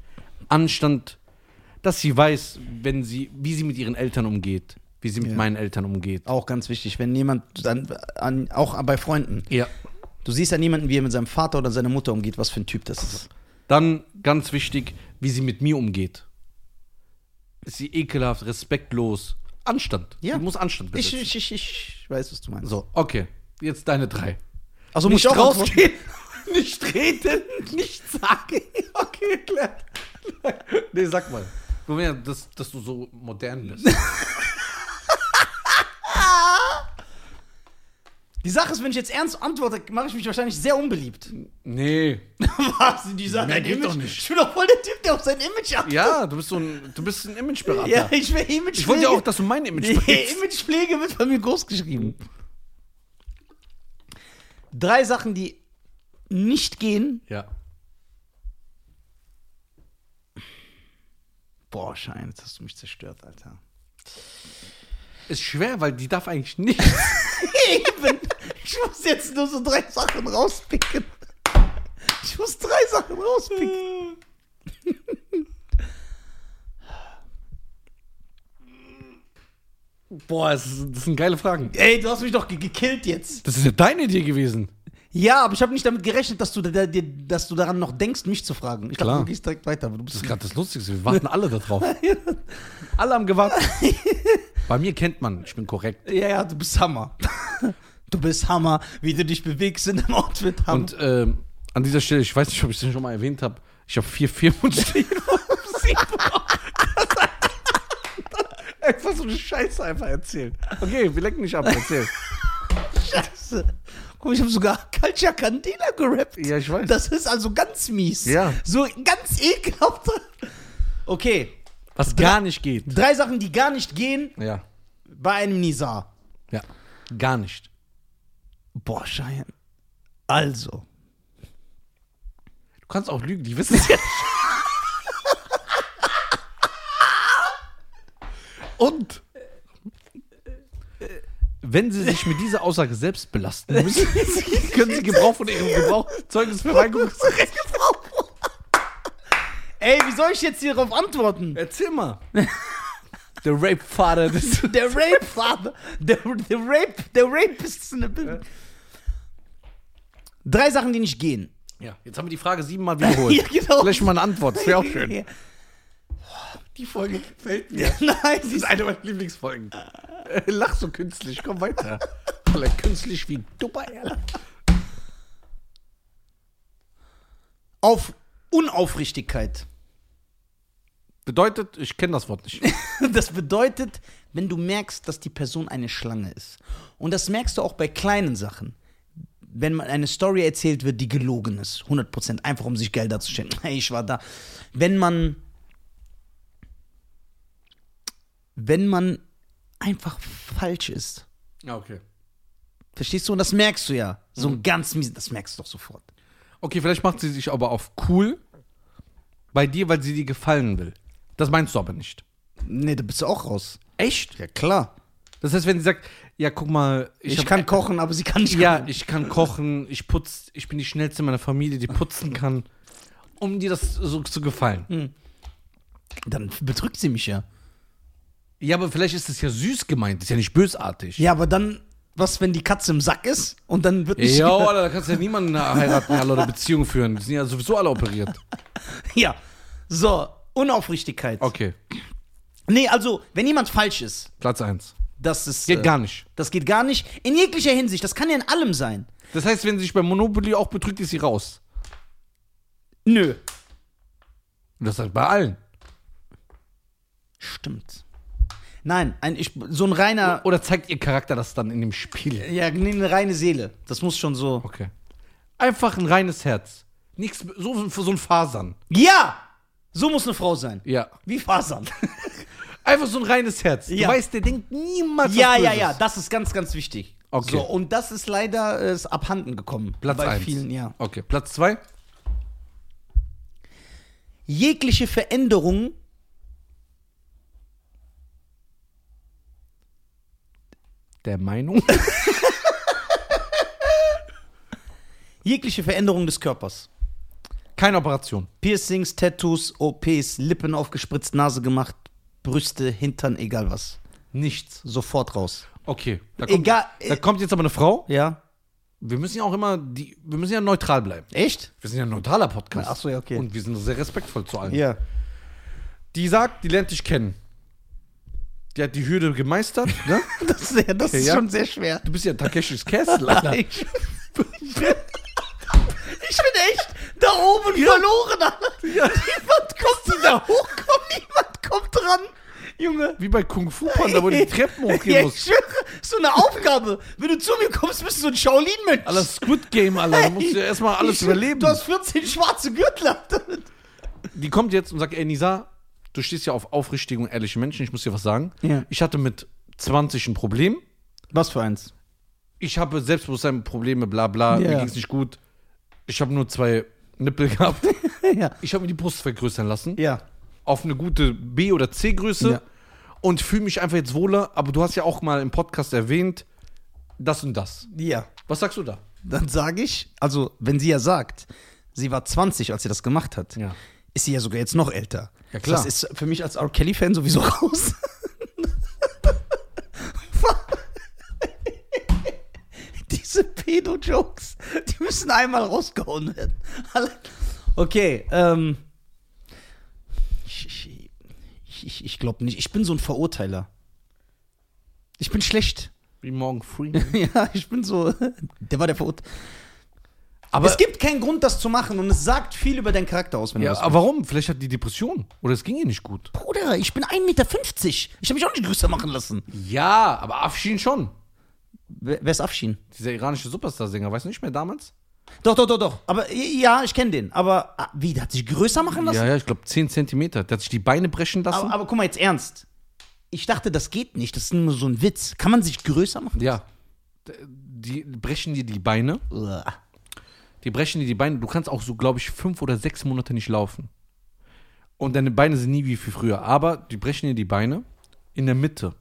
Speaker 3: Anstand, dass sie weiß, wenn sie, wie sie mit ihren Eltern umgeht, wie sie mit
Speaker 1: Ja.
Speaker 3: meinen Eltern umgeht.
Speaker 1: Auch ganz wichtig, wenn jemand, dann, an, auch bei Freunden,
Speaker 3: Ja.
Speaker 1: du siehst ja niemanden, wie er mit seinem Vater oder seiner Mutter umgeht, was für ein Typ das ist.
Speaker 3: Dann ganz wichtig, wie sie mit mir umgeht. Ist sie ekelhaft, respektlos, Anstand.
Speaker 1: Ja.
Speaker 3: Sie muss Anstand
Speaker 1: Ich,
Speaker 3: besitzen.
Speaker 1: ich, ich, ich weiß, was du meinst.
Speaker 3: so, okay. Jetzt deine drei.
Speaker 1: Also
Speaker 3: nicht
Speaker 1: muss ich auch
Speaker 3: rausgehen, nicht reden, nicht sagen. Okay, klar. Nee, sag mal. Guck mal, dass, dass du so modern bist.
Speaker 1: Die Sache ist, wenn ich jetzt ernst antworte, mache ich mich wahrscheinlich sehr unbeliebt.
Speaker 3: Nee.
Speaker 1: Was? Die Sache,
Speaker 3: Mehr
Speaker 1: dein
Speaker 3: geht
Speaker 1: Image?
Speaker 3: doch nicht.
Speaker 1: Ich bin doch voll der Typ, der auf sein Image achtet.
Speaker 3: Ja, du bist so ein, du bist ein Imageberater.
Speaker 1: Ja, ich will Image
Speaker 3: Ich wollte ja auch, dass du mein Image
Speaker 1: Nee,
Speaker 3: sprichst.
Speaker 1: Imagepflege wird bei mir groß geschrieben. Drei Sachen, die nicht gehen.
Speaker 3: Ja.
Speaker 1: Boah, Schein, jetzt hast du mich zerstört, Alter.
Speaker 3: Ist schwer, weil die darf eigentlich nicht.
Speaker 1: Eben. Ich muss jetzt nur so drei Sachen rauspicken. Ich muss drei Sachen rauspicken.
Speaker 3: Boah, das, ist- das sind geile Fragen.
Speaker 1: Ey, du hast mich doch ge gekillt jetzt.
Speaker 3: Das ist ja deine Idee gewesen.
Speaker 1: Ja, aber ich habe nicht damit gerechnet, dass du, da, da, dir- dass du daran noch denkst, mich zu fragen. Ich
Speaker 3: Klar.
Speaker 1: dachte, du gehst direkt weiter. Aber du
Speaker 3: Das
Speaker 1: bist
Speaker 3: ist gerade das Lustigste. Wir warten alle darauf. Alle haben gewartet. Bei mir kennt man, ich bin korrekt.
Speaker 1: ja, ja, du bist Hammer. Du bist Hammer, wie du dich bewegst in deinem Outfit. Hammer.
Speaker 3: Und ähm, an dieser Stelle, ich weiß nicht, ob ich es schon mal erwähnt habe, ich habe vier Firmen stehen. Einfach so eine Scheiße einfach erzählen. Okay, wir lenken nicht ab, erzähl.
Speaker 1: Scheiße. Guck, mal, ich habe sogar Calcia Candela gerappt.
Speaker 3: Ja, ich weiß.
Speaker 1: Das ist also ganz mies.
Speaker 3: Ja.
Speaker 1: So ganz ekelhaft. Okay,
Speaker 3: Was gar nicht geht.
Speaker 1: drei Sachen, die gar nicht gehen
Speaker 3: Ja.
Speaker 1: bei einem Nizar.
Speaker 3: Ja. Gar nicht.
Speaker 1: Boah, Schein. Also.
Speaker 3: Du kannst auch lügen, die wissen es ja. Und wenn sie sich mit dieser Aussage selbst belasten müssen, können sie Gebrauch von ihrem Gebrauch Zeugnis Verweigerungsrecht.
Speaker 1: Ey, wie soll ich jetzt hier darauf antworten?
Speaker 3: Erzähl mal. Der Rape-Vater des.
Speaker 1: Der Rape Father. Der, der Rape, der Rape ist in der Bild. Drei Sachen, die nicht gehen.
Speaker 3: Ja, jetzt haben wir die Frage siebenmal wiederholt.
Speaker 1: Ja, genau.
Speaker 3: Vielleicht mal eine Antwort, das wäre auch schön.
Speaker 1: Die Folge gefällt
Speaker 3: mir.
Speaker 1: Nein, sie
Speaker 3: Das
Speaker 1: ist
Speaker 3: ist eine meiner Lieblingsfolgen. Äh, Lach so künstlich, komm weiter. Alter, künstlich wie Dubai, Alter.
Speaker 1: auf Unaufrichtigkeit.
Speaker 3: Bedeutet, ich kenne das Wort nicht.
Speaker 1: Das bedeutet, wenn du merkst, dass die Person eine Schlange ist. Und das merkst du auch bei kleinen Sachen. Wenn man eine Story erzählt wird, die gelogen ist. 100%. Einfach, um sich geil darzustellen. Hey, ich war da. Wenn man. Wenn man einfach falsch ist.
Speaker 3: Ja, okay.
Speaker 1: Verstehst du? Und das merkst du ja. So
Speaker 3: Mhm.
Speaker 1: ein ganz mies. Das merkst du doch sofort.
Speaker 3: Okay, vielleicht macht sie sich aber auf cool bei dir, weil sie dir gefallen will. Das meinst du aber nicht.
Speaker 1: Nee, da bist du auch raus.
Speaker 3: Echt?
Speaker 1: Ja, klar.
Speaker 3: Das heißt, wenn sie sagt, ja, guck mal,
Speaker 1: Ich,
Speaker 3: hab-
Speaker 1: kann kochen, aber sie kann nicht
Speaker 3: ja,
Speaker 1: kochen.
Speaker 3: ich kann kochen, ich putz, ich bin die schnellste in meiner Familie, die putzen kann, um dir das so zu gefallen.
Speaker 1: Dann betrügt sie mich ja.
Speaker 3: Ja, aber vielleicht ist es ja süß gemeint, ist ja nicht bösartig.
Speaker 1: Ja, aber dann, was, wenn die Katze im Sack ist und dann wird nicht.
Speaker 3: Ja, Alter, da kannst du ja niemanden heiraten alle oder Beziehung führen. Die sind ja sowieso alle operiert.
Speaker 1: ja. So, Unaufrichtigkeit.
Speaker 3: Okay,
Speaker 1: Nee, also, wenn jemand falsch ist,
Speaker 3: Platz 1.
Speaker 1: das ist.
Speaker 3: Geht
Speaker 1: äh,
Speaker 3: gar nicht.
Speaker 1: Das geht gar nicht. In jeglicher Hinsicht. Das kann ja in allem sein.
Speaker 3: Das heißt, wenn sie sich bei Monopoly auch betrügt, ist sie raus.
Speaker 1: Nö.
Speaker 3: Und das halt bei allen.
Speaker 1: Stimmt. Nein, ein, ich, so ein reiner.
Speaker 3: Oder zeigt ihr Charakter das dann in dem Spiel?
Speaker 1: Ja, nee, eine reine Seele. Das muss schon so.
Speaker 3: Okay. Einfach ein reines Herz. Nichts, so, so ein Fasern.
Speaker 1: Ja! So muss eine Frau sein.
Speaker 3: Ja.
Speaker 1: Wie Fasern.
Speaker 3: Einfach so ein reines Herz.
Speaker 1: Ja.
Speaker 3: Du weißt, der denkt niemals
Speaker 1: ja,
Speaker 3: was
Speaker 1: ja,
Speaker 3: Böses.
Speaker 1: ja. Das ist ganz, ganz wichtig.
Speaker 3: Okay.
Speaker 1: So, und das ist leider äh, ist abhanden gekommen.
Speaker 3: Platz
Speaker 1: Bei
Speaker 3: 1.
Speaker 1: vielen, ja.
Speaker 3: Okay, Platz 2.
Speaker 1: jegliche Veränderung
Speaker 3: Der Meinung.
Speaker 1: jegliche Veränderung des Körpers.
Speaker 3: Keine Operation.
Speaker 1: Piercings, Tattoos, OPs, Lippen aufgespritzt, Nase gemacht, Brüste, Hintern, egal was.
Speaker 3: Nichts.
Speaker 1: Sofort raus.
Speaker 3: Okay. Da kommt,
Speaker 1: Egal,
Speaker 3: Da
Speaker 1: äh,
Speaker 3: kommt jetzt aber eine Frau.
Speaker 1: ja?
Speaker 3: Wir müssen ja auch immer, die, wir müssen ja neutral bleiben.
Speaker 1: Echt?
Speaker 3: Wir sind ja ein neutraler Podcast.
Speaker 1: Ach so, ja, okay.
Speaker 3: Und wir sind sehr respektvoll zu allen.
Speaker 1: Ja.
Speaker 3: Die sagt, die lernt dich kennen. Die hat die Hürde gemeistert, ne?
Speaker 1: Das, ist ja- das
Speaker 3: Okay,
Speaker 1: ist
Speaker 3: ja.
Speaker 1: schon sehr schwer.
Speaker 3: Du bist ja Takeshis Castle, Alter.
Speaker 1: Ich, ich, bin, ich bin echt da oben verloren. Alter. Niemand kommt da hoch, kommt, niemand kommt dran. Junge.
Speaker 3: Wie bei Kung Fu Panda, wo du die Treppen
Speaker 1: Ja,
Speaker 3: hochgehen
Speaker 1: ich
Speaker 3: musst.
Speaker 1: schwöre, so eine Aufgabe. Wenn du zu mir kommst, bist du so ein Shaolin-Mensch.
Speaker 3: Alter, Squid Game, Alter. Da musst du ja erstmal alles
Speaker 1: Ich-
Speaker 3: überleben.
Speaker 1: Du hast 14 schwarze Gürtel. Alter.
Speaker 3: die kommt jetzt und sagt, ey Nisa, du stehst ja auf aufrichtige und ehrliche Menschen, ich muss dir was sagen.
Speaker 1: Ja.
Speaker 3: Ich hatte mit 20 ein Problem.
Speaker 1: Was für eins?
Speaker 3: Ich habe Selbstbewusstsein, Probleme, bla bla, mir
Speaker 1: Ja.
Speaker 3: ging's nicht gut. Ich habe nur zwei Nippel gehabt.
Speaker 1: Ja.
Speaker 3: Ich habe mir die Brust vergrößern lassen.
Speaker 1: Ja.
Speaker 3: Auf eine gute B- oder C-Größe.
Speaker 1: Ja.
Speaker 3: Und fühle mich einfach jetzt wohler. Aber du hast ja auch mal im Podcast erwähnt, das und das.
Speaker 1: Ja.
Speaker 3: Was sagst du da?
Speaker 1: Dann sage ich, also wenn sie ja sagt, sie war 20, als sie das gemacht hat,
Speaker 3: Ja.
Speaker 1: ist sie ja sogar jetzt noch älter.
Speaker 3: Ja, klar.
Speaker 1: Das ist für mich als R. Kelly-Fan sowieso raus. Diese Pedo-Jokes, die müssen einmal rausgehauen werden. Alle- Okay, ähm. Ich, ich- ich, ich, ich glaube nicht. Ich bin so ein Verurteiler. Ich bin schlecht.
Speaker 3: Wie morgen free.
Speaker 1: ja, ich bin so. Der war der Verurteiler.
Speaker 3: Aber,
Speaker 1: es gibt keinen Grund, das zu machen und es sagt viel über deinen Charakter aus, wenn du
Speaker 3: ja,
Speaker 1: das
Speaker 3: aber warum? Vielleicht hat die Depression. Oder es ging ihr nicht gut.
Speaker 1: Bruder, ich bin 1,50 Meter. Ich habe mich auch nicht größer machen lassen.
Speaker 3: Ja, aber Afshin schon.
Speaker 1: Wer, wer ist Afshin?
Speaker 3: Dieser iranische Superstar-Sänger, weißt du nicht mehr damals?
Speaker 1: Doch, doch, doch, doch. Aber i- ja, ich kenne den. Aber ah, wie, der hat sich größer machen lassen?
Speaker 3: Ja, ja, ich glaube 10 Zentimeter. Der hat sich die Beine brechen lassen.
Speaker 1: Aber, aber guck mal jetzt ernst. Ich dachte, das geht nicht. Das ist nur so ein Witz. Kann man sich größer machen?
Speaker 3: ja. D- Die brechen dir die Beine.
Speaker 1: Uah.
Speaker 3: Die brechen dir die Beine. Du kannst auch so, glaube ich, fünf oder sechs Monate nicht laufen. Und deine Beine sind nie wie viel früher. Aber die brechen dir die Beine in der Mitte.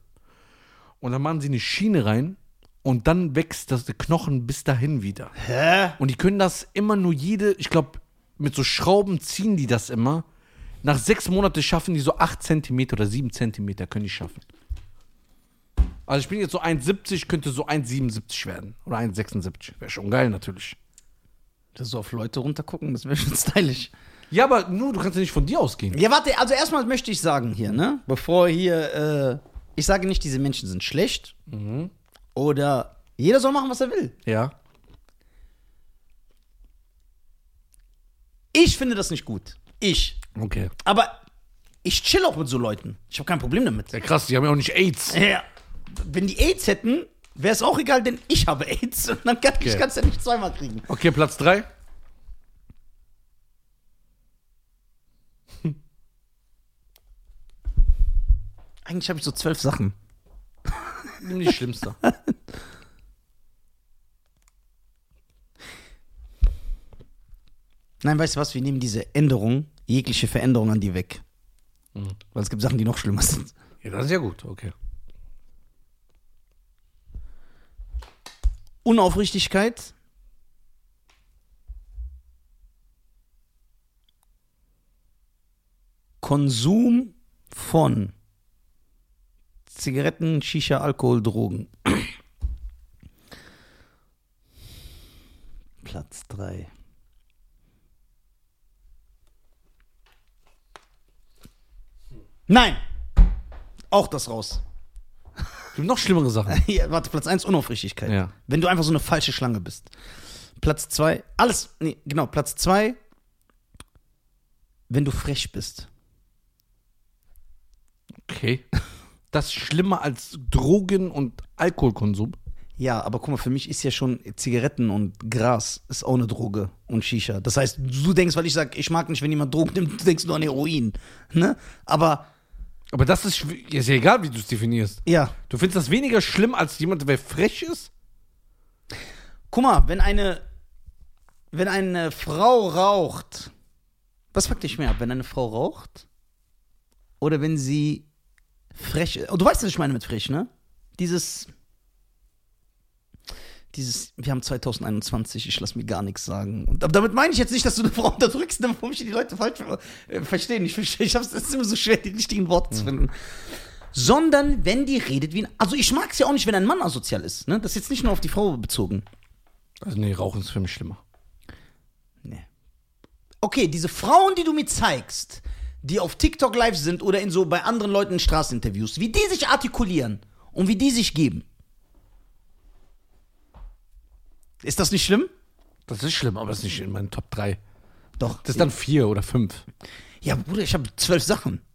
Speaker 3: Und dann machen sie eine Schiene rein. Und dann wächst das der Knochen bis dahin wieder.
Speaker 1: Hä?
Speaker 3: Und die können das immer nur jede, ich glaube, mit so Schrauben ziehen die das immer. Nach sechs Monaten schaffen die so 8 cm oder 7 cm können die schaffen. Also ich bin jetzt so 1,70, könnte so 1,77 werden. Oder 1,76. Wäre schon geil natürlich.
Speaker 1: Das so auf Leute runtergucken, das wäre schon stylisch.
Speaker 3: Ja, aber nur, du kannst ja nicht von dir ausgehen.
Speaker 1: Ja, warte, also erstmal möchte ich sagen hier, ne? Bevor hier, äh, ich sage nicht, diese Menschen sind schlecht.
Speaker 3: Mhm.
Speaker 1: Oder jeder soll machen, was er will.
Speaker 3: Ja.
Speaker 1: Ich finde das nicht gut. Ich.
Speaker 3: Okay.
Speaker 1: Aber ich chill auch mit so Leuten. Ich habe kein Problem damit.
Speaker 3: Ja, krass, die haben ja auch nicht AIDS.
Speaker 1: Ja. Wenn die AIDS hätten, wäre es auch egal, denn ich habe AIDS. Und dann kann ich
Speaker 3: Okay.
Speaker 1: es ja nicht zweimal kriegen.
Speaker 3: Okay, Platz 3.
Speaker 1: Eigentlich habe ich so zwölf Sachen.
Speaker 3: Nimm die schlimmste.
Speaker 1: Nein, weißt du was? Wir nehmen diese Änderung, jegliche Veränderung an die weg.
Speaker 3: Mhm.
Speaker 1: Weil es gibt Sachen, die noch schlimmer sind.
Speaker 3: Ja, das ist ja gut, okay.
Speaker 1: Unaufrichtigkeit. Konsum von Zigaretten, Shisha, Alkohol, Drogen. Platz 3. Nein! Auch das raus.
Speaker 3: Es gibt noch schlimmere Sachen.
Speaker 1: Ja, warte, Platz 1 Unaufrichtigkeit.
Speaker 3: Ja.
Speaker 1: Wenn du einfach so eine falsche Schlange bist. Platz 2, alles, nee, genau, Platz 2, wenn du frech bist.
Speaker 3: Okay. Das ist schlimmer als Drogen- und Alkoholkonsum.
Speaker 1: Ja, aber guck mal, für mich ist ja schon Zigaretten und Gras ist auch eine Droge und Shisha. Das heißt, du denkst, weil ich sag, ich mag nicht, wenn jemand Drogen nimmt, du denkst nur an Heroin. Ne? Aber
Speaker 3: Aber das ist, schw- ist ja egal, wie du es definierst.
Speaker 1: ja,
Speaker 3: Du findest das weniger schlimm als jemand, der frech ist?
Speaker 1: guck mal, wenn eine, wenn eine Frau raucht, was fuckt dich mehr ab, wenn eine Frau raucht? Oder wenn sie frech, oh, du weißt, was ich meine mit frech, ne? Dieses, dieses, wir haben 2021, ich lass mir gar nichts sagen. Und ab- damit meine ich jetzt nicht, dass du eine Frau unterdrückst, ne, warum ich die Leute falsch ver- äh, verstehen. Ich verstehe, ich hab's, es ist immer so schwer, die richtigen Worte zu finden. Sondern wenn die redet wie ein. Also ich mag es ja auch nicht, wenn ein Mann asozial ist. Ne? Das ist jetzt nicht nur auf die Frau bezogen.
Speaker 3: Also nee, Rauchen ist für mich schlimmer.
Speaker 1: Nee. Okay, diese Frauen, die du mir zeigst, die auf TikTok live sind oder in so bei anderen Leuten in Straßeninterviews, wie die sich artikulieren und wie die sich geben. Ist das nicht schlimm?
Speaker 3: Das ist schlimm, aber das ist nicht in meinen Top 3.
Speaker 1: Doch.
Speaker 3: Das ist dann 4 oder 5.
Speaker 1: ja, Bruder, ich habe zwölf Sachen.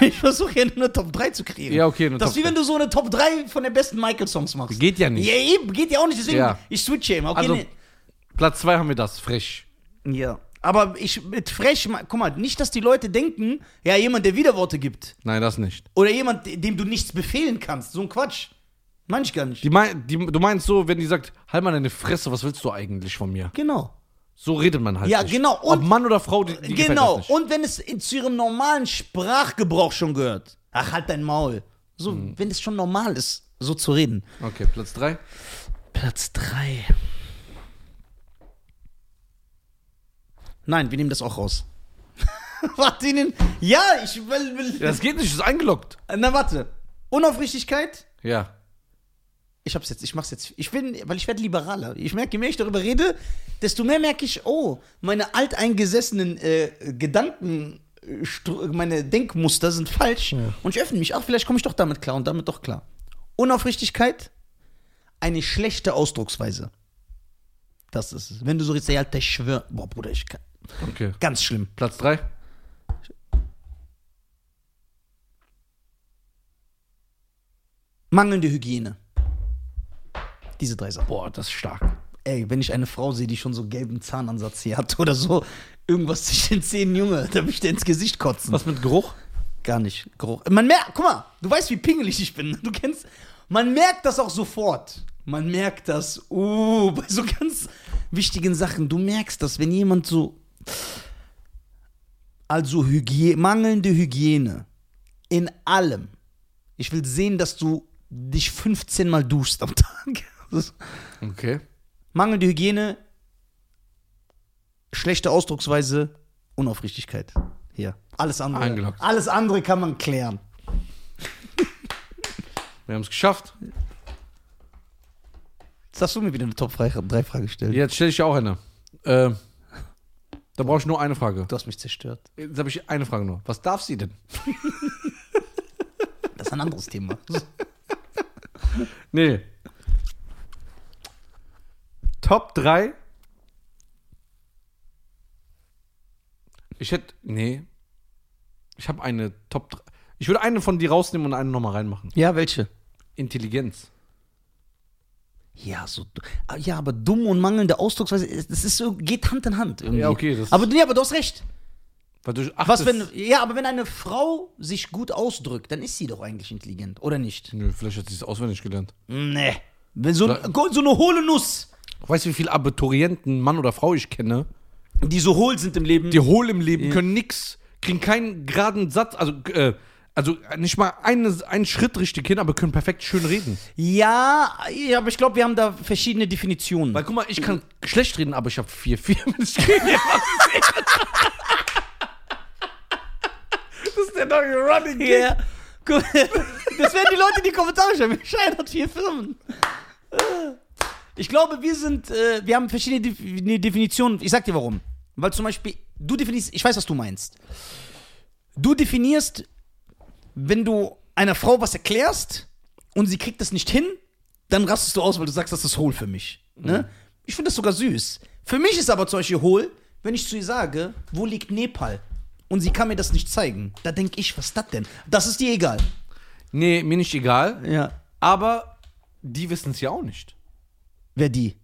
Speaker 1: Ich versuche ja nur eine Top 3 zu kriegen.
Speaker 3: Ja, okay, eine
Speaker 1: Das ist
Speaker 3: Top
Speaker 1: wie wenn du so eine Top 3 von den besten Michael-Songs machst.
Speaker 3: Geht ja nicht.
Speaker 1: Ja, eben, geht ja auch nicht, deswegen,
Speaker 3: Ja.
Speaker 1: ich switche immer. Okay,
Speaker 3: Also-
Speaker 1: nee.
Speaker 3: Platz 2 haben wir das, frisch.
Speaker 1: Ja. Aber ich mit frech, ma- guck mal, nicht, dass die Leute denken, ja, jemand, der Widerworte gibt.
Speaker 3: Nein, das nicht.
Speaker 1: Oder jemand, dem du nichts befehlen kannst. So ein Quatsch. Meine ich gar nicht.
Speaker 3: Die mein, die, du meinst so, wenn die sagt, halt mal deine Fresse, was willst du eigentlich von mir?
Speaker 1: Genau.
Speaker 3: So redet man halt
Speaker 1: Ja,
Speaker 3: nicht.
Speaker 1: genau,
Speaker 3: Ob
Speaker 1: und-
Speaker 3: Mann oder Frau, die, die gefällt
Speaker 1: genau.
Speaker 3: Das nicht.
Speaker 1: Und wenn es in- zu ihrem normalen Sprachgebrauch schon gehört. Ach, halt dein Maul. So,
Speaker 3: Hm.
Speaker 1: wenn es schon normal ist, so zu reden.
Speaker 3: Okay, Platz 3.
Speaker 1: Platz 3. Nein, wir nehmen das auch raus. Warte, die nehmen- ja, ich will. will
Speaker 3: Das geht nicht, das ist eingeloggt.
Speaker 1: Na, warte. Unaufrichtigkeit?
Speaker 3: Ja.
Speaker 1: ich hab's jetzt, ich mach's jetzt. Ich bin, weil ich werde liberaler. Ich merke, je mehr ich darüber rede, desto mehr merke ich, oh, meine alteingesessenen äh, Gedanken, äh, Stru- meine Denkmuster sind falsch. Und ich öffne mich. Ach, vielleicht komme ich doch damit klar und damit doch klar. Unaufrichtigkeit, eine schlechte Ausdrucksweise. Das ist es. Wenn du so redest, ja, der schwör. Boah, Bruder, ich kann.
Speaker 3: Okay.
Speaker 1: Ganz schlimm.
Speaker 3: Platz 3.
Speaker 1: Mangelnde Hygiene. Diese drei Sachen.
Speaker 3: Boah, Oh, das ist stark.
Speaker 1: Ey, wenn ich eine Frau sehe, die schon so gelben Zahnansatz hier hat oder so, irgendwas zwischen den Zähnen, Junge, da will ich dir ins Gesicht kotzen.
Speaker 3: Was mit Geruch?
Speaker 1: Gar nicht. Geruch. Man merkt, guck mal, du weißt, wie pingelig ich bin. Du kennst, man merkt das auch sofort. Man merkt das, uh, bei so ganz wichtigen Sachen. Du merkst das, wenn jemand so. Also Hygie mangelnde Hygiene. In allem. Ich will sehen, dass du dich 15 Mal duschst am Tag. Das ist
Speaker 3: Okay.
Speaker 1: Mangelnde Hygiene, schlechte Ausdrucksweise, Unaufrichtigkeit. Hier. Alles andere.
Speaker 3: Eingeloggt.
Speaker 1: Alles andere kann man klären.
Speaker 3: Wir haben es geschafft.
Speaker 1: Jetzt hast du mir wieder eine Top-3-Frage gestellt.
Speaker 3: Jetzt stelle ich dir auch eine. Äh, da brauche ich nur eine Frage.
Speaker 1: Du hast mich zerstört.
Speaker 3: Jetzt habe ich eine Frage nur. Was darf sie denn?
Speaker 1: Das ist ein anderes Thema.
Speaker 3: Nee. Top 3. Ich hätte. Nee. Ich habe eine Top 3. Ich würde eine von dir rausnehmen und eine nochmal reinmachen.
Speaker 1: ja, welche?
Speaker 3: Intelligenz.
Speaker 1: Ja, so. du- Ah, Ja, aber dumm und mangelnde Ausdrucksweise, es- das ist so, geht Hand in Hand irgendwie.
Speaker 3: Ja, okay, das-
Speaker 1: aber, nee, aber du hast recht.
Speaker 3: Weil du
Speaker 1: Was,
Speaker 3: achtest,
Speaker 1: wenn, ja, aber wenn eine Frau sich gut ausdrückt, dann ist sie doch eigentlich intelligent, oder nicht?
Speaker 3: Nö, vielleicht hat sie es auswendig gelernt.
Speaker 1: Nee. Wenn so,
Speaker 3: Na-
Speaker 1: so eine hohle Nuss,
Speaker 3: Weißt du, wie viele Abiturienten, Mann oder Frau ich kenne?
Speaker 1: die so hohl sind im Leben.
Speaker 3: die hohl im Leben, können nix, kriegen keinen geraden Satz, also, äh, also nicht mal eine, einen Schritt richtig hin, aber können perfekt schön reden.
Speaker 1: Ja, ja, aber ich glaube, wir haben da verschiedene Definitionen.
Speaker 3: Weil guck mal, ich kann schlecht reden, aber ich habe vier, vier Das ist der neue Running Gag.
Speaker 1: Ja. Guck, das werden die Leute in die Kommentare schreiben. Schein hat vier Firmen. Ich glaube, wir sind, äh, wir haben verschiedene Defi- Definitionen. Ich sag dir warum. Weil zum Beispiel, du definierst, ich weiß, was du meinst. Du definierst, wenn du einer Frau was erklärst und sie kriegt das nicht hin, dann rastest du aus, weil du sagst, das ist hohl für mich. Ne? Ich finde das sogar süß. Für mich ist aber zum Beispiel hohl, wenn ich zu ihr sage, wo liegt Nepal? Und sie kann mir das nicht zeigen. Da denke ich, was ist das denn? Das ist dir egal.
Speaker 3: Nee, mir nicht egal,
Speaker 1: Ja.
Speaker 3: aber die wissen es ja auch nicht.
Speaker 1: Wer die?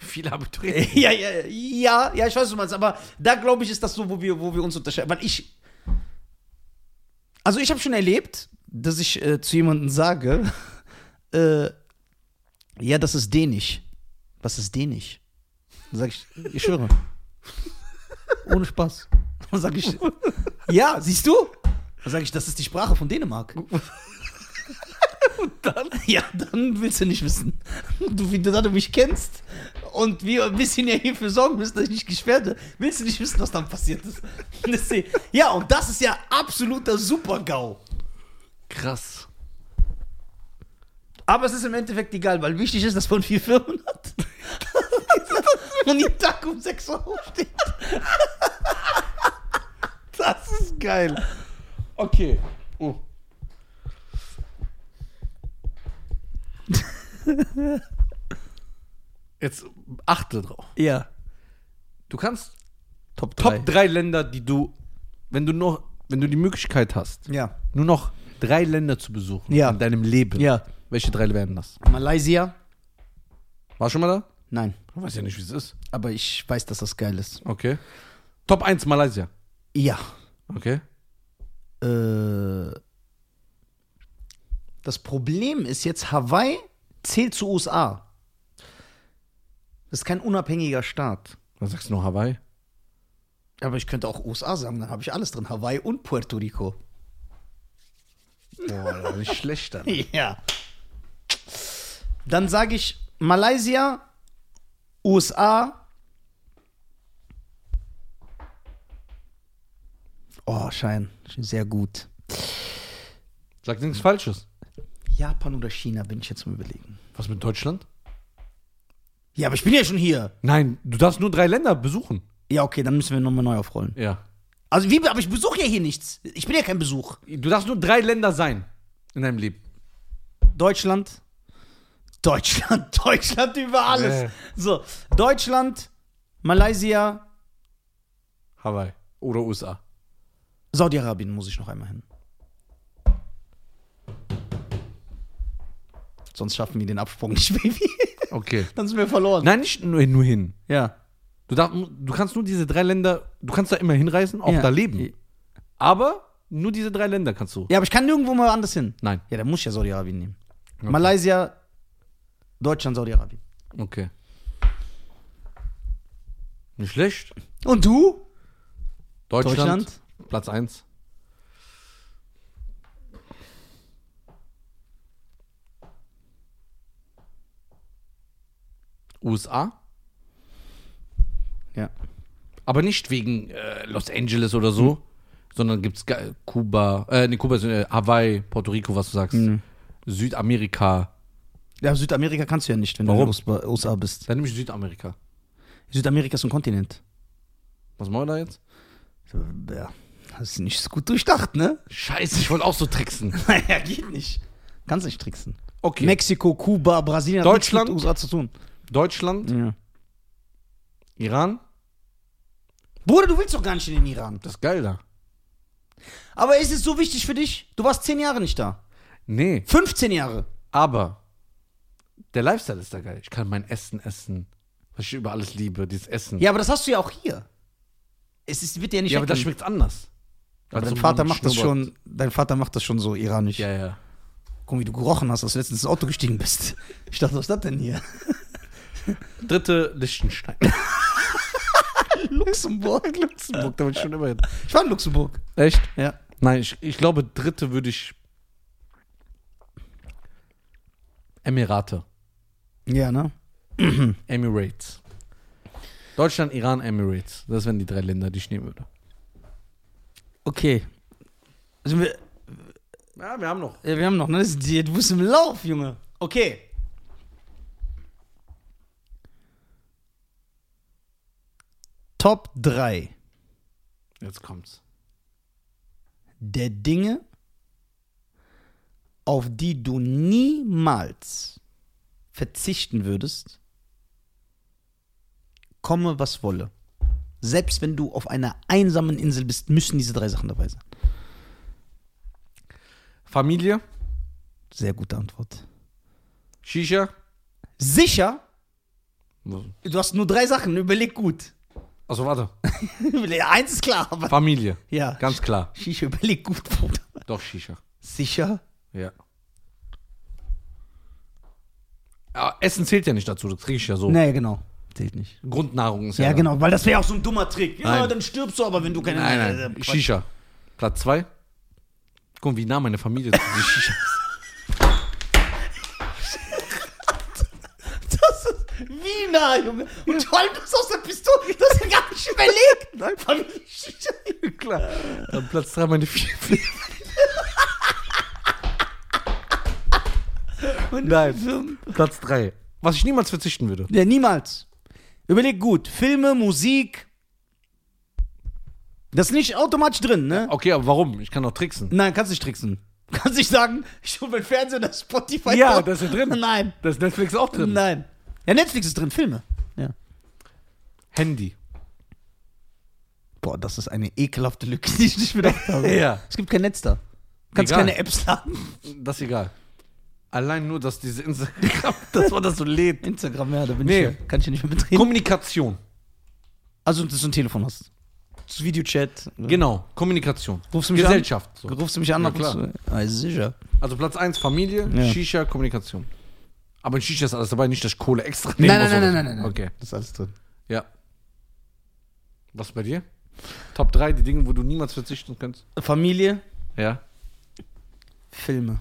Speaker 3: Viele Abiturienten.
Speaker 1: Ja, ja, ja, ja, ich weiß, was du meinst, aber da glaube ich, ist das so, wo wir, wo wir uns unterscheiden. Weil ich. Also, ich habe schon erlebt, dass ich äh, zu jemandem sage: äh, Ja, das ist dänisch. Was ist dänisch? Dann sage ich: Ich schwöre. Ohne Spaß. Dann sage ich: Ja, siehst du? Dann sage ich: Das ist die Sprache von Dänemark.
Speaker 3: Und dann?
Speaker 1: Ja, dann willst du nicht wissen. Du, wie, da du mich kennst und wir ein bisschen ja hierfür sorgen müssen, dass ich nicht gesperrt werde, willst du nicht wissen, was dann passiert ist. Deswegen, ja, und das ist ja absoluter Super-GAU.
Speaker 3: Krass.
Speaker 1: Aber es ist im Endeffekt egal, weil wichtig ist, dass man vier Firmen hat. und jeden Tag um 6 Uhr aufsteht.
Speaker 3: Das ist geil. Okay. Oh. Jetzt achte drauf.
Speaker 1: Ja,
Speaker 3: Du kannst
Speaker 1: Top drei.
Speaker 3: Top 3 Länder, die du, wenn du noch, wenn du die Möglichkeit hast,
Speaker 1: Ja.
Speaker 3: nur noch drei Länder zu besuchen
Speaker 1: Ja.
Speaker 3: in deinem Leben.
Speaker 1: Ja.
Speaker 3: Welche drei wären das?
Speaker 1: Malaysia?
Speaker 3: War schon mal da?
Speaker 1: Nein.
Speaker 3: Ich weiß ja nicht, wie es ist.
Speaker 1: Aber ich weiß, dass das geil ist.
Speaker 3: Okay. Top 1 Malaysia.
Speaker 1: Ja.
Speaker 3: Okay.
Speaker 1: Äh, das Problem ist jetzt, Hawaii zählt zu USA. Das ist kein unabhängiger Staat.
Speaker 3: Dann sagst du nur Hawaii.
Speaker 1: Aber ich könnte auch USA sagen, dann habe ich alles drin. Hawaii und Puerto Rico.
Speaker 3: Boah, das ist nicht schlecht dann.
Speaker 1: Ja. Dann sage ich Malaysia, USA. Oh, Schein. Sehr gut.
Speaker 3: Sag nichts Falsches.
Speaker 1: Japan oder China bin ich jetzt mal überlegen.
Speaker 3: Was mit Deutschland?
Speaker 1: Ja, aber ich bin ja schon hier.
Speaker 3: Nein, du darfst nur drei Länder besuchen.
Speaker 1: Ja, okay, dann müssen wir nochmal neu aufrollen.
Speaker 3: Ja.
Speaker 1: Also, wie, aber ich besuche ja hier nichts. Ich bin ja kein Besuch.
Speaker 3: Du darfst nur drei Länder sein in deinem Leben.
Speaker 1: Deutschland. Deutschland, Deutschland über alles.
Speaker 3: Äh.
Speaker 1: So, Deutschland, Malaysia,
Speaker 3: Hawaii oder USA.
Speaker 1: Saudi-Arabien muss ich noch einmal hin. Sonst schaffen wir den Absprung nicht, Baby.
Speaker 3: Okay.
Speaker 1: Dann sind wir verloren.
Speaker 3: Nein, nicht nur, nur hin.
Speaker 1: Ja.
Speaker 3: Du, darf, du kannst nur diese drei Länder, du kannst da immer hinreisen, auch
Speaker 1: Ja.
Speaker 3: da leben. Aber nur diese drei Länder kannst du.
Speaker 1: Ja, aber ich kann nirgendwo mal anders hin.
Speaker 3: Nein.
Speaker 1: Ja, dann muss ich ja Saudi-Arabien nehmen. Malaysia, Deutschland, Saudi-Arabien.
Speaker 3: Okay. Nicht schlecht.
Speaker 1: Und du?
Speaker 3: Deutschland,
Speaker 1: Deutschland.
Speaker 3: Platz 1. USA,
Speaker 1: Ja.
Speaker 3: aber nicht wegen äh, Los Angeles oder so, sondern gibt's ge- Kuba, äh, nee, Kuba ist äh, Hawaii, Puerto Rico, was du sagst, Südamerika.
Speaker 1: Ja, Südamerika kannst du ja nicht, wenn
Speaker 3: Warum?
Speaker 1: du in den USA bist.
Speaker 3: Dann nehme ich Südamerika.
Speaker 1: Südamerika ist ein Kontinent.
Speaker 3: Was machen wir da jetzt?
Speaker 1: Ja, das ist nicht so gut durchdacht, ne?
Speaker 3: Scheiße, ich wollte auch so tricksen.
Speaker 1: Naja, geht nicht. Kannst nicht tricksen.
Speaker 3: Okay.
Speaker 1: Mexiko, Kuba, Brasilien, hat nichts
Speaker 3: Deutschland?
Speaker 1: mit USA zu tun.
Speaker 3: Deutschland,
Speaker 1: Ja.
Speaker 3: Iran,
Speaker 1: Bruder, du willst doch gar nicht in den Iran.
Speaker 3: das ist geil da.
Speaker 1: Aber ist es so wichtig für dich? Du warst zehn Jahre nicht da.
Speaker 3: Nee.
Speaker 1: 15 Jahre.
Speaker 3: Aber der Lifestyle ist da geil. Ich kann mein Essen essen, was ich über alles liebe, dieses Essen.
Speaker 1: Ja, aber das hast du ja auch hier. Es ist, wird dir ja nicht
Speaker 3: Ja, aber das
Speaker 1: weggenommen.
Speaker 3: schmeckt anders.
Speaker 1: Aber
Speaker 3: Weil
Speaker 1: dein
Speaker 3: so
Speaker 1: Vater
Speaker 3: ein
Speaker 1: macht das
Speaker 3: Schnurrbart.
Speaker 1: schon, dein Vater macht das schon so iranisch.
Speaker 3: Ja, ja.
Speaker 1: Guck, wie du gerochen hast, als du letztens ins Auto gestiegen bist. Ich dachte, was ist das denn hier?
Speaker 3: Dritte Liechtenstein.
Speaker 1: Luxemburg.
Speaker 3: Luxemburg, da wollte ich schon immer hin.
Speaker 1: Ich war in Luxemburg.
Speaker 3: Echt?
Speaker 1: Ja.
Speaker 3: Nein, ich, ich glaube, dritte würde ich. Emirate.
Speaker 1: Ja, ne?
Speaker 3: Emirates. Deutschland, Iran, Emirates. Das wären die drei Länder, die ich nehmen würde.
Speaker 1: Okay. Sind wir,
Speaker 3: Ja, wir haben noch.
Speaker 1: ja, wir haben noch, ne? Das ist die- Du bist im Lauf, Junge. Okay. Top 3
Speaker 3: Jetzt kommt's.
Speaker 1: der Dinge, auf die du niemals verzichten würdest, komme was wolle. Selbst wenn du auf einer einsamen Insel bist, müssen diese drei Sachen dabei sein.
Speaker 3: Familie,
Speaker 1: Sehr gute Antwort.
Speaker 3: Shisha.
Speaker 1: Sicher? Du hast nur drei Sachen, überleg gut.
Speaker 3: Also warte.
Speaker 1: Überleg- Eins ist klar, aber
Speaker 3: Familie.
Speaker 1: ja.
Speaker 3: Ganz klar.
Speaker 1: Shisha, überleg gut, Bruder.
Speaker 3: Doch Shisha.
Speaker 1: Sicher?
Speaker 3: Ja. Ah, Essen zählt ja nicht dazu, das kriege ich ja so.
Speaker 1: Nee, genau. Zählt nicht.
Speaker 3: Grundnahrung ist ja.
Speaker 1: Ja,
Speaker 3: da.
Speaker 1: genau, weil das wäre auch so ein dummer Trick. Ja,
Speaker 3: Nein.
Speaker 1: dann stirbst du aber, wenn du keine.
Speaker 3: Nein, nein.
Speaker 1: Äh, Quatsch.
Speaker 3: Shisha. Platz 2. Guck mal, wie nah meine Familie zu die Shisha ist.
Speaker 1: original, Junge. Und vor allem das aus der Pistole, das hast du gar nicht überlegt. Nein, von
Speaker 3: Klar. Dann Platz 3 meine 4. Nein. Platz 3. Was ich niemals verzichten würde.
Speaker 1: Ähm, Ja, niemals. Überleg gut. Filme, Musik. Das ist nicht automatisch drin, ne?
Speaker 3: Okay, aber warum? Ich kann doch tricksen.
Speaker 1: Nein, kannst nicht tricksen. Kannst nicht sagen, ich hol mein Fernseher, das Spotify.
Speaker 3: Ja,
Speaker 1: drauf.
Speaker 3: das ist ja drin.
Speaker 1: Nein,
Speaker 3: Da ist Netflix auch drin.
Speaker 1: nein. Ja, Netflix ist drin, Filme. Ja.
Speaker 3: Handy.
Speaker 1: Boah, das ist eine ekelhafte Lücke, die ich nicht bedacht habe.
Speaker 3: Ja.
Speaker 1: Es gibt kein Netz da. Du kannst
Speaker 3: Egal.
Speaker 1: keine Apps laden.
Speaker 3: Das ist egal. Allein nur, dass diese Instagram, dass man das so lädt.
Speaker 1: Instagram, ja, da bin
Speaker 3: Nee.
Speaker 1: ich ja, kann ich ja nicht mehr betreten.
Speaker 3: Kommunikation.
Speaker 1: Also, dass du ein Telefon hast. Das Videochat.
Speaker 3: Genau, Kommunikation.
Speaker 1: Rufst du mich
Speaker 3: Gesellschaft.
Speaker 1: an?
Speaker 3: So.
Speaker 1: Gesellschaft. Rufst du mich an?
Speaker 3: Ja,
Speaker 1: rufst du- Ah, sicher.
Speaker 3: Also Platz 1 Familie,
Speaker 1: Ja.
Speaker 3: Shisha, Kommunikation. Aber in Shisha ist alles dabei, nicht, dass ich Kohle extra nehmen
Speaker 1: Nein,
Speaker 3: muss.
Speaker 1: nein, nein,
Speaker 3: oder
Speaker 1: nein,
Speaker 3: so.
Speaker 1: nein, nein, nein.
Speaker 3: Okay,
Speaker 1: Das ist alles drin.
Speaker 3: ja. Was bei dir? Top 3, die Dinge, wo du niemals verzichten kannst.
Speaker 1: Familie,
Speaker 3: Ja.
Speaker 1: Filme.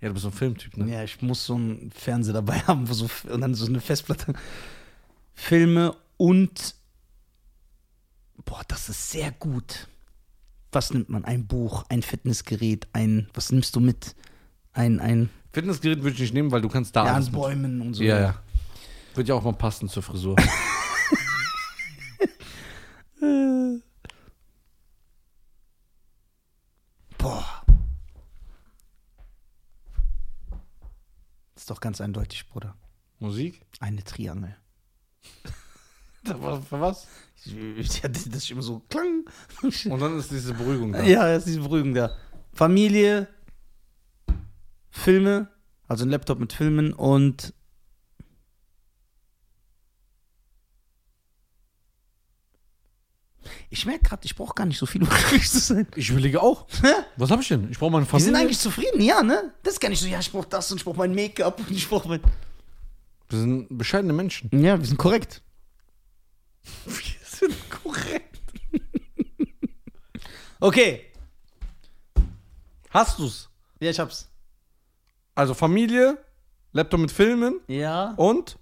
Speaker 3: Ja, du bist so ein Filmtyp, ne?
Speaker 1: Ja, ich muss so einen Fernseher dabei haben wo so, und dann so eine Festplatte. Filme und. Boah, das ist sehr gut. Was nimmt man? Ein Buch, ein Fitnessgerät, ein. Was nimmst du mit? Ein, ein.
Speaker 3: Fitnessgerät würde ich nicht nehmen, weil du kannst da
Speaker 1: Ja,
Speaker 3: alles
Speaker 1: an
Speaker 3: mit.
Speaker 1: Bäumen und so.
Speaker 3: Ah, Ja, ja. Wird ja auch mal passen zur Frisur.
Speaker 1: Boah. Ist doch ganz eindeutig, Bruder.
Speaker 3: Musik?
Speaker 1: Eine Triangel.
Speaker 3: Für was?
Speaker 1: Ja, das ist immer so klang.
Speaker 3: Und dann ist diese Beruhigung da.
Speaker 1: Ja, das ist diese Beruhigung da. Familie, Filme, also ein Laptop mit Filmen und. Ich merke gerade, ich brauche gar nicht so viel, um glücklich zu sein.
Speaker 3: Ich überlege auch. Was habe ich denn? Ich brauche meine
Speaker 1: Wir
Speaker 3: Familie.
Speaker 1: sind eigentlich zufrieden, ja, ne? Das ist gar nicht so, ja, ich brauche das und ich brauche mein Make-up und ich brauche mein.
Speaker 3: Wir sind bescheidene Menschen.
Speaker 1: Ja, wir sind korrekt.
Speaker 3: Wir sind korrekt.
Speaker 1: Okay,
Speaker 3: Hast du's?
Speaker 1: ja, ich hab's.
Speaker 3: Also Familie, Laptop mit Filmen
Speaker 1: Ja.
Speaker 3: und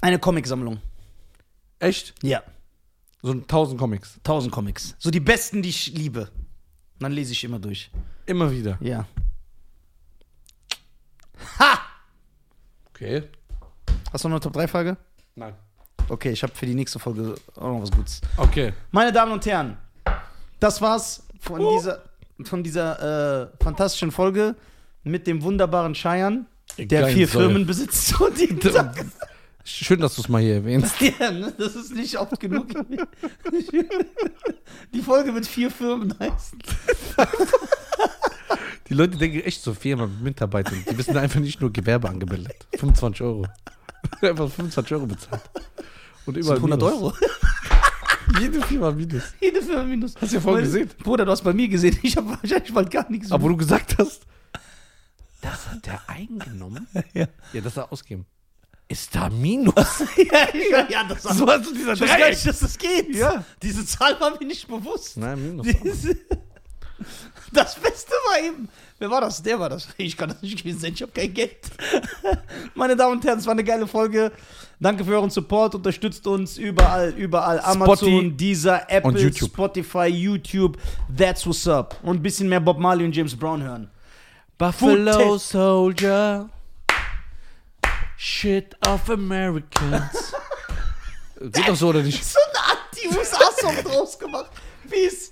Speaker 1: Eine Comicsammlung.
Speaker 3: echt
Speaker 1: Ja.
Speaker 3: so 1000 Comics.
Speaker 1: 1000 Comics. So die besten, die ich liebe. Dann lese ich immer durch.
Speaker 3: Immer wieder.
Speaker 1: Ja.
Speaker 3: Okay.
Speaker 1: Hast du noch eine Top 3 Frage?
Speaker 3: Nein.
Speaker 1: Okay, ich habe für die nächste Folge auch noch was Gutes.
Speaker 3: Okay.
Speaker 1: Meine Damen und Herren, das war's von dieser, von dieser äh, fantastischen Folge mit dem wunderbaren Scheiern, der
Speaker 3: Geil,
Speaker 1: vier
Speaker 3: Säure.
Speaker 1: Firmen besitzt und jeden Tag
Speaker 3: Schön, dass du es mal hier erwähnst.
Speaker 1: Ja, ne? Das ist nicht oft genug. Die Folge mit vier Firmen heißt.
Speaker 3: Die Leute denken echt so viel mit Mitarbeitern. Die wissen einfach nicht nur Gewerbe angemeldet. 25 Euro. Einfach 25 Euro bezahlt. Und
Speaker 1: Das sind
Speaker 3: überall
Speaker 1: 100
Speaker 3: Minus.
Speaker 1: Euro.
Speaker 3: Jede Firma Minus.
Speaker 1: Jede Firma minus. Hast
Speaker 3: du ja vorhin gesehen.
Speaker 1: Bruder, du hast bei mir gesehen. Ich habe wahrscheinlich bald gar nichts.
Speaker 3: Aber wo du gesagt hast, das hat der eingenommen.
Speaker 1: ja.
Speaker 3: Ja, das hat er ausgeben. Ist da Minus?
Speaker 1: ja, ja, ja, das war.
Speaker 3: So hast du dieser
Speaker 1: Ich wusste gar
Speaker 3: Dreieck.
Speaker 1: nicht, dass das geht.
Speaker 3: Ja.
Speaker 1: Diese Zahl war mir nicht bewusst.
Speaker 3: Nein, Minus.
Speaker 1: Diese- Das Beste war eben, wer war das? Der war das. Ich kann das nicht gewesen sein, ich habe kein Geld. Meine Damen und Herren, es war eine geile Folge. Danke für euren Support, unterstützt uns überall, überall. Amazon,
Speaker 3: Spotify
Speaker 1: dieser Apple,
Speaker 3: und YouTube.
Speaker 1: Spotify, YouTube. That's what's up. Und ein bisschen mehr Bob Marley und James Brown hören.
Speaker 3: Buffalo
Speaker 1: Food test.
Speaker 3: Soldier. Shit of Americans. Geht doch so oder nicht?
Speaker 1: So eine Anti-USA-Song draus gemacht. Wie es